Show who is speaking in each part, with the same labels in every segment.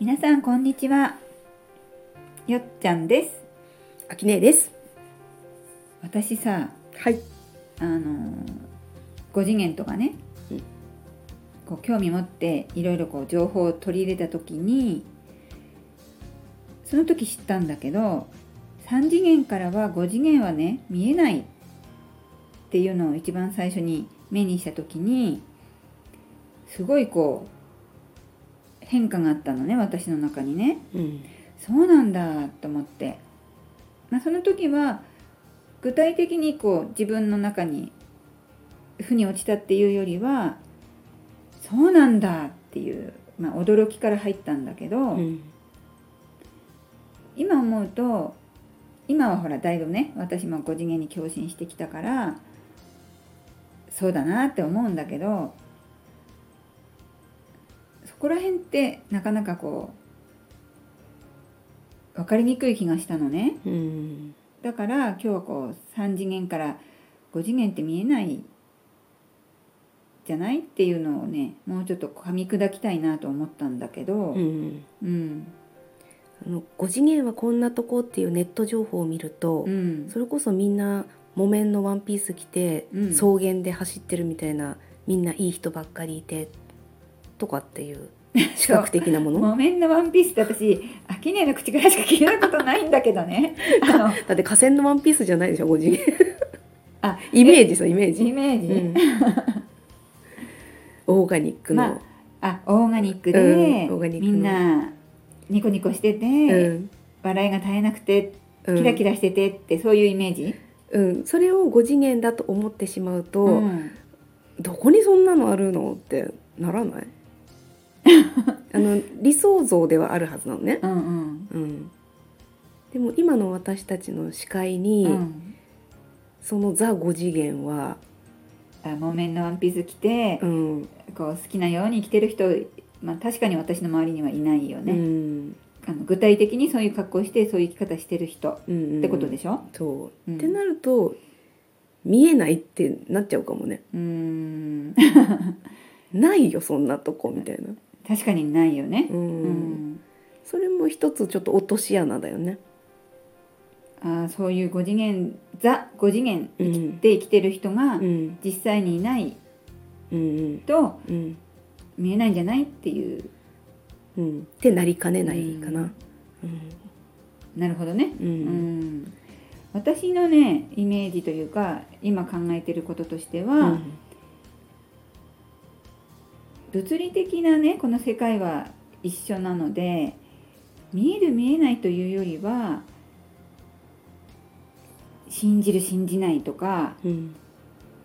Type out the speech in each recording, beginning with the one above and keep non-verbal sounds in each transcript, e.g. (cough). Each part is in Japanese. Speaker 1: 皆さんこんにちはよっちゃんです
Speaker 2: あきねえです。
Speaker 1: 私さ
Speaker 2: はい。
Speaker 1: あのー5次元とかね
Speaker 2: うん
Speaker 1: こう興味持っていろいろこう情報を取り入れた時にその時知ったんだけど3次元からは5次元はね見えないっていうのを一番最初に目にした時にすごいこう変化があったのね私の中にね。
Speaker 2: うん。
Speaker 1: そうなんだと思って、まあ、その時は具体的にこう自分の中に腑に落ちたっていうよりはそうなんだっていう、まあ、驚きから入ったんだけど、
Speaker 2: うん。
Speaker 1: 今思うと今はほらだいぶね私も5次元に共振してきたからそうだなって思うんだけどそこら辺ってなかなかこう分かりにくい気がしたのね
Speaker 2: うん。
Speaker 1: だから今日はこう3次元から5次元って見えないじゃないっていうのをねもうちょっと噛み砕きたいなと思ったんだけど、
Speaker 2: うん。
Speaker 1: うん
Speaker 2: あの五次元はこんなとこっていうネット情報を見ると、
Speaker 1: うん
Speaker 2: それこそみんな木綿のワンピース着て、
Speaker 1: うん
Speaker 2: 草原で走ってるみたいなみんないい人ばっかりいてとかっていう視覚的なもの。
Speaker 1: 木綿のワンピースって私アキネの口からしか聞いたことないんだけど
Speaker 2: (laughs)
Speaker 1: ねあの
Speaker 2: だって河川のワンピースじゃないでしょ五次元。
Speaker 1: あ
Speaker 2: イメージさイメー
Speaker 1: イ
Speaker 2: ジ。
Speaker 1: メージ、
Speaker 2: うん。オーガニックの。
Speaker 1: まあオーガニックで、
Speaker 2: うんオーガニック
Speaker 1: み
Speaker 2: の
Speaker 1: んなニコニコしてて、
Speaker 2: うん。
Speaker 1: 笑いが絶えなくて
Speaker 2: うん
Speaker 1: キラキラしててって、そういうイメージ、
Speaker 2: うん、それを5次元だと思ってしまうと、
Speaker 1: うん
Speaker 2: どこにそんなのあるのってならない
Speaker 1: (laughs)
Speaker 2: あの理想像ではあるはずなのね、
Speaker 1: うんうん
Speaker 2: うん、でも今の私たちの視界に、
Speaker 1: うん
Speaker 2: そのザ5次元は、
Speaker 1: あ木綿のワンピース着て
Speaker 2: う、ん
Speaker 1: こう好きなように着てる人、まあ、確かに私の周りにはいないよ
Speaker 2: う
Speaker 1: ね、
Speaker 2: ん
Speaker 1: あの具体的にそういう格好してそういう生き方してる人
Speaker 2: うん、
Speaker 1: ってことで
Speaker 2: し
Speaker 1: しょ、
Speaker 2: ょそう、
Speaker 1: うん
Speaker 2: ってなると見えないってなっちゃうかもね
Speaker 1: うーん (laughs)
Speaker 2: ないよそんなとこみたいな、
Speaker 1: 確かにないよね
Speaker 2: う、ん
Speaker 1: うん
Speaker 2: それも一つちょっと落とし穴だよね、
Speaker 1: あーそういう5次元ザ5次元
Speaker 2: う
Speaker 1: で
Speaker 2: ん
Speaker 1: 生きてる人が
Speaker 2: うん
Speaker 1: 実際にいない
Speaker 2: うん
Speaker 1: と
Speaker 2: うん
Speaker 1: 見えないんじゃないっていう
Speaker 2: うんってなりかねないかな、うん
Speaker 1: なるほどね、
Speaker 2: う
Speaker 1: うんん、私のねイメージというか今考えてることとしては、
Speaker 2: うん
Speaker 1: 物理的なねこの世界は一緒なので見える見えないというよりは信じる信じないとか
Speaker 2: うん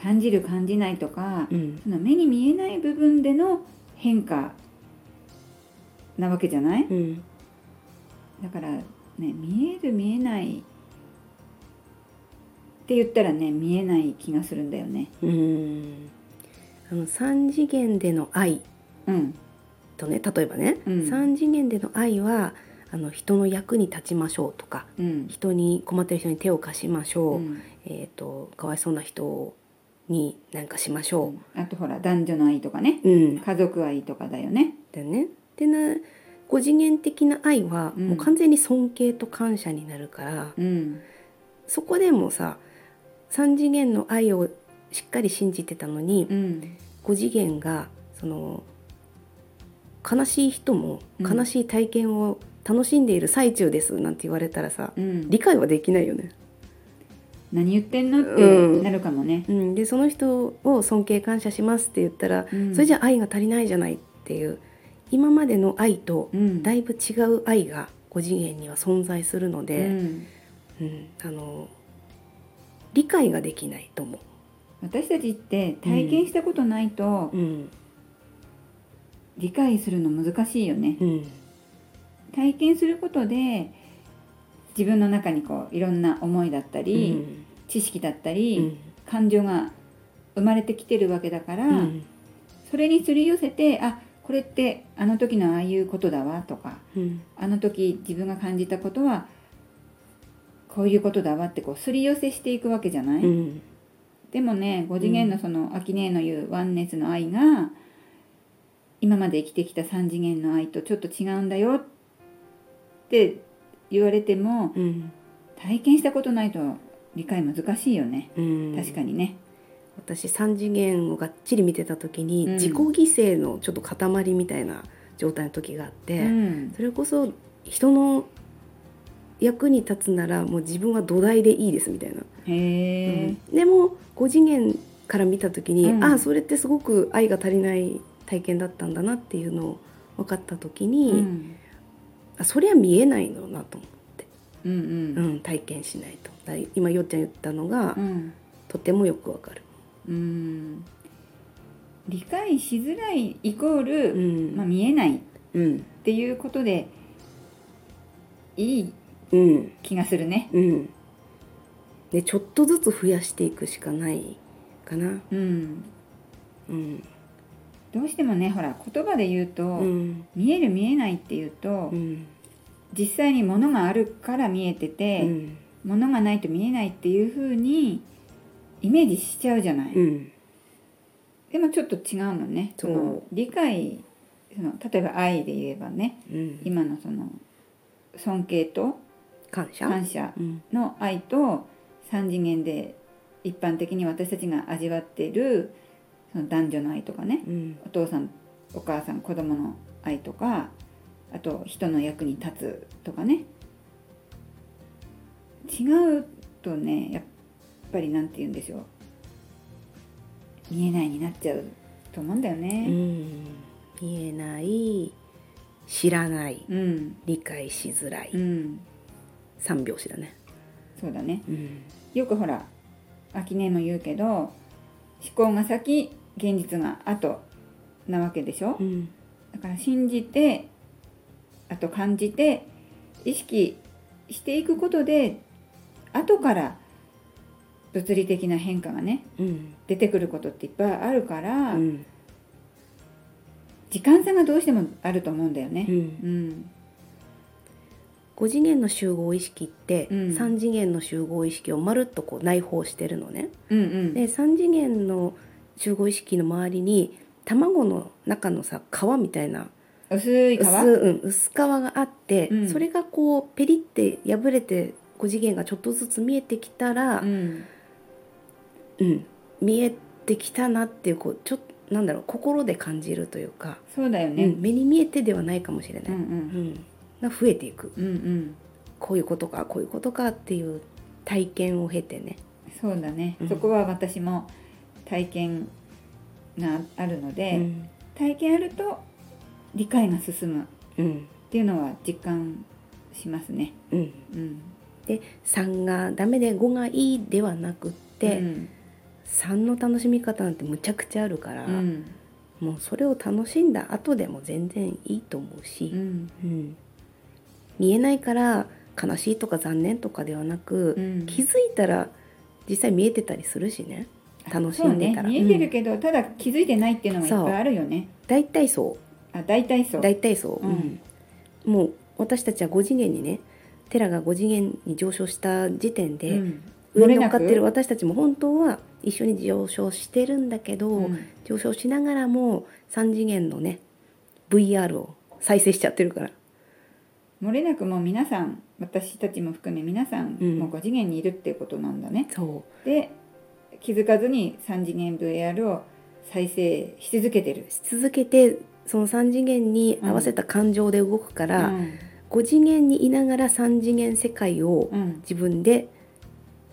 Speaker 1: 感じる感じないとか、
Speaker 2: うん
Speaker 1: その目に見えない部分での変化なわけじゃない
Speaker 2: うん
Speaker 1: だからね見える見えないって言ったらね見えない気がするんだよね
Speaker 2: うんあの3次元での愛
Speaker 1: うん
Speaker 2: とね例えばね、
Speaker 1: う
Speaker 2: 三
Speaker 1: ん
Speaker 2: 3次元での愛はあの人の役に立ちましょうとか
Speaker 1: うん
Speaker 2: 人に困ってる人に手を貸しましょう、
Speaker 1: うん
Speaker 2: えー、とかわいそうな人に何かしましょ
Speaker 1: あとほら男女の愛とかね
Speaker 2: う、うん、
Speaker 1: 家族愛とかだよね
Speaker 2: だよね。でな5次元的な愛は
Speaker 1: うん
Speaker 2: もう完全に尊敬と感謝になるから、
Speaker 1: うん
Speaker 2: そこでもさ3次元の愛をしっかり信じてたのに、
Speaker 1: うん
Speaker 2: 5次元がその悲しい人も
Speaker 1: うん
Speaker 2: 悲しい体験を楽しんでいる最中ですなんて言われたらさ、
Speaker 1: うん
Speaker 2: 理解はできないよね、
Speaker 1: 何言ってんのっ
Speaker 2: う
Speaker 1: て
Speaker 2: ん
Speaker 1: なるかもね、
Speaker 2: うん、でその人を尊敬感謝しますって言ったら、
Speaker 1: うん
Speaker 2: それじゃ愛が足りないじゃないっていう今までの愛と
Speaker 1: うん
Speaker 2: だいぶ違う愛が5次元には存在するの
Speaker 1: う
Speaker 2: で、
Speaker 1: ん
Speaker 2: うんあの理解ができないと思
Speaker 1: 私たちって体験したことないと
Speaker 2: う。うん
Speaker 1: 理解するの難しいよね、
Speaker 2: うん
Speaker 1: 体験することで自分の中にこういろんな思いだったり、知識だった
Speaker 2: う
Speaker 1: り、
Speaker 2: ん
Speaker 1: 感情が生まれてきてるわけだから、
Speaker 2: うん
Speaker 1: それにすり寄せてあこれってあの時のああいうことだわとか
Speaker 2: うん
Speaker 1: あの時自分が感じたことはこういうことだわってこうすり寄せしていくわけじゃない、
Speaker 2: うん
Speaker 1: でもね5次元のその、アキネーの言うワンネスの愛が今まで生きてきた3次元の愛とちょっと違うんだよって言われても
Speaker 2: うん
Speaker 1: 体験したことないと理解難しいよね
Speaker 2: うん、
Speaker 1: 確かにね、
Speaker 2: 私3次元をがっちり見てた時に、
Speaker 1: うん
Speaker 2: 自己犠牲のちょっと塊みたいな状態の時があって、
Speaker 1: うん
Speaker 2: それこそ人の役に立つならもう自分は土台でいいですみたいな、
Speaker 1: へえ、
Speaker 2: うんでも5次元から見た時に、
Speaker 1: うん
Speaker 2: ああそれってすごく愛が足りない体験だったんだなっていうのを分かった時に、
Speaker 1: うん
Speaker 2: あそりゃ見えないのなと、
Speaker 1: うんう
Speaker 2: うんん、体験しないとだい今よっちゃん言ったのが、
Speaker 1: うん
Speaker 2: とてもよくわかる。
Speaker 1: うん理解しづらいイコール、
Speaker 2: うん
Speaker 1: まあ、見えないっ
Speaker 2: うん
Speaker 1: ていうことでいい
Speaker 2: うん
Speaker 1: 気がするね
Speaker 2: うん、でちょっとずつ増やしていくしかないかな。
Speaker 1: うん
Speaker 2: うん
Speaker 1: どうしてもねほら言葉で言うと、
Speaker 2: うん
Speaker 1: 見える見えないっていうと、
Speaker 2: うん
Speaker 1: 実際に物があるから見えて
Speaker 2: う
Speaker 1: て、
Speaker 2: ん
Speaker 1: 物がないと見えないっていう風にイメージしちゃうじゃない、
Speaker 2: うん
Speaker 1: でもちょっと違うもんね
Speaker 2: そう
Speaker 1: の理解その例えば愛で言えばね
Speaker 2: うん
Speaker 1: 今のその尊敬と
Speaker 2: 感謝
Speaker 1: 感謝
Speaker 2: うん
Speaker 1: の愛と3次元で一般的に私たちが味わってるその男女の愛とかね
Speaker 2: うん
Speaker 1: お父さんお母さん子供の愛とかあと人の役に立つとかね違うとねやっぱりなんて言うんでしょう見えないになっちゃうと思うんだよ
Speaker 2: う
Speaker 1: ね。
Speaker 2: ん見えない知らない
Speaker 1: うん、
Speaker 2: 理解しづらい、
Speaker 1: うん、
Speaker 2: 三拍子だね。
Speaker 1: そうだね。
Speaker 2: うん
Speaker 1: よくほら秋音も言うけど思考が先現実が後なわけでしょ。
Speaker 2: うん
Speaker 1: だから信じてあと感じて意識していくことで後から物理的な変化がね
Speaker 2: うん
Speaker 1: 出てくることっていっぱいあるから、
Speaker 2: うん
Speaker 1: 時間差がどうしてもあると思うんだよね。うん
Speaker 2: 5次元の集合意識って、
Speaker 1: うん
Speaker 2: 三次元の集合意識をまるっとこう内包してるのね。
Speaker 1: うんうん
Speaker 2: で3次元の集合意識の周りに卵の中のさ皮みたいな
Speaker 1: 薄い皮
Speaker 2: 薄,、うん、薄皮があって、
Speaker 1: うん
Speaker 2: それがこうペリって破れて5次元がちょっとずつ見えてきたら、う
Speaker 1: うんん
Speaker 2: 見えてきたなっていうこうちょっとなんだろう心で感じるというか、
Speaker 1: そうだよ
Speaker 2: う
Speaker 1: ね。
Speaker 2: ん目に見えてではないかもしれな
Speaker 1: う
Speaker 2: い、
Speaker 1: んう
Speaker 2: うん
Speaker 1: ん
Speaker 2: が増えていく
Speaker 1: うんうん
Speaker 2: こういうことかこういうことかっていう体験を経てね。
Speaker 1: そうだね、
Speaker 2: うん
Speaker 1: そこは私も体験があるので、
Speaker 2: うん
Speaker 1: 体験あると理解が進む
Speaker 2: うん
Speaker 1: っていうのは実感しますね。
Speaker 2: うん、
Speaker 1: うん、
Speaker 2: で3がダメで5がいいではなくって、
Speaker 1: うん
Speaker 2: 3の楽しみ方なんてむちゃくちゃあるから、
Speaker 1: うん
Speaker 2: もうそれを楽しんだ後でも全然いいと思う
Speaker 1: う
Speaker 2: し、
Speaker 1: ん
Speaker 2: うん見えないから悲しいとか残念とかではなく、
Speaker 1: うん
Speaker 2: 気づいたら実際見えてたりするしね楽し
Speaker 1: そうん
Speaker 2: で
Speaker 1: ね
Speaker 2: たら、
Speaker 1: 見えて
Speaker 2: う
Speaker 1: る
Speaker 2: ん
Speaker 1: けど、ただ気づいてないっていうのがいっぱいあるよね。
Speaker 2: 大体そ
Speaker 1: あ大体そうう。
Speaker 2: 大体そう、
Speaker 1: うん
Speaker 2: うんもう私たちは5次元にねテラが5次元に上昇した時点で、
Speaker 1: うん、
Speaker 2: 上
Speaker 1: 漏
Speaker 2: に
Speaker 1: れ
Speaker 2: 乗
Speaker 1: な
Speaker 2: っか
Speaker 1: く
Speaker 2: ってる私たちも本当は一緒に上昇してるんだけど、
Speaker 1: うん
Speaker 2: 上昇しながらも3次元のね VR を再生しちゃってるから、
Speaker 1: 漏れなくもう皆さん私たちも含め皆さん、
Speaker 2: うん
Speaker 1: もう5次元にいるっていうことなんだね。
Speaker 2: そ
Speaker 1: で気づかずに3次元 VR を再生し続けてる
Speaker 2: う。し続けてその3次元に合わせた感情で動くから、
Speaker 1: うん
Speaker 2: 5次元にいながら3次元世界を
Speaker 1: うん
Speaker 2: 自分で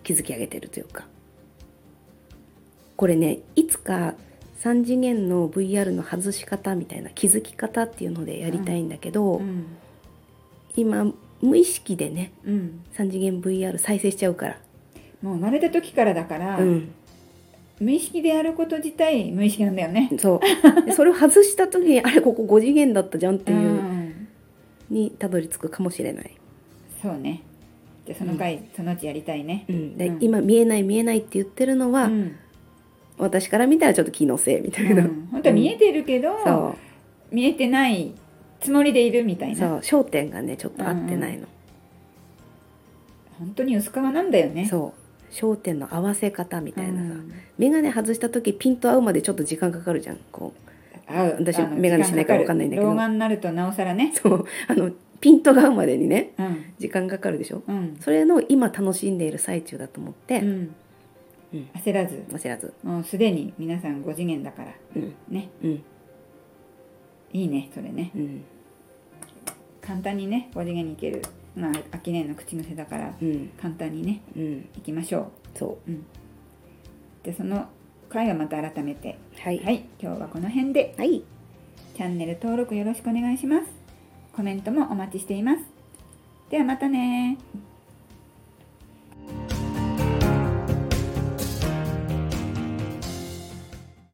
Speaker 2: 築き上げてるというかこれねいつか3次元の VR の外し方みたいな気づき方っていうのでやりたいんだけど、
Speaker 1: うん
Speaker 2: 今無意識でね
Speaker 1: うん、
Speaker 2: 3次元 VR 再生しちゃうから、
Speaker 1: もう生まれた時からだから、
Speaker 2: うん、
Speaker 1: 無意識でやること自体無意識なんだよね。
Speaker 2: そうでそれを外した時にあれここ5次元だったじゃんっていうう、
Speaker 1: ん
Speaker 2: にたどり着くかもしれない、
Speaker 1: そうね。じゃあその回、そのうちやりたいね。
Speaker 2: うんで
Speaker 1: うん
Speaker 2: 今見えない見えないって言ってるのは、
Speaker 1: うん
Speaker 2: 私から見たらちょっと気のせいみたいな、
Speaker 1: うん本当は見えてるけど、
Speaker 2: そ
Speaker 1: 見えてないつもりでいるみたいうな
Speaker 2: そう焦点がねちょっと合ってないの、
Speaker 1: 本当に薄皮なんだよねう
Speaker 2: そう焦点の合わせ方みたいなさ、
Speaker 1: ん
Speaker 2: 眼鏡外した時ピント合うまでちょっと時間かかるじゃんこう
Speaker 1: 合う
Speaker 2: 私
Speaker 1: あの
Speaker 2: 眼鏡しないか
Speaker 1: 時間
Speaker 2: らわかんないんだけど
Speaker 1: 老眼になるとなおさらね
Speaker 2: そうあのピントが合うまでにね
Speaker 1: うん
Speaker 2: 時間かかるでしょ
Speaker 1: うん、
Speaker 2: それの今楽しんでいる最中だと思って、
Speaker 1: うん
Speaker 2: うん
Speaker 1: 焦らず
Speaker 2: 焦らず、
Speaker 1: もうすでに皆さん5次元だから
Speaker 2: うん
Speaker 1: ね
Speaker 2: うん
Speaker 1: いいねそれね
Speaker 2: うん
Speaker 1: 簡単にね5次元に行けるまあ秋年の口癖だから
Speaker 2: うん
Speaker 1: 簡単にね
Speaker 2: うん、
Speaker 1: 行きましょ、
Speaker 2: そう
Speaker 1: うん、でその回はまた改めて
Speaker 2: うはい
Speaker 1: はい今日はこの辺で
Speaker 2: はい、
Speaker 1: チャンネル登録よろしくお願いしますコメントもお待ちしていますではまたね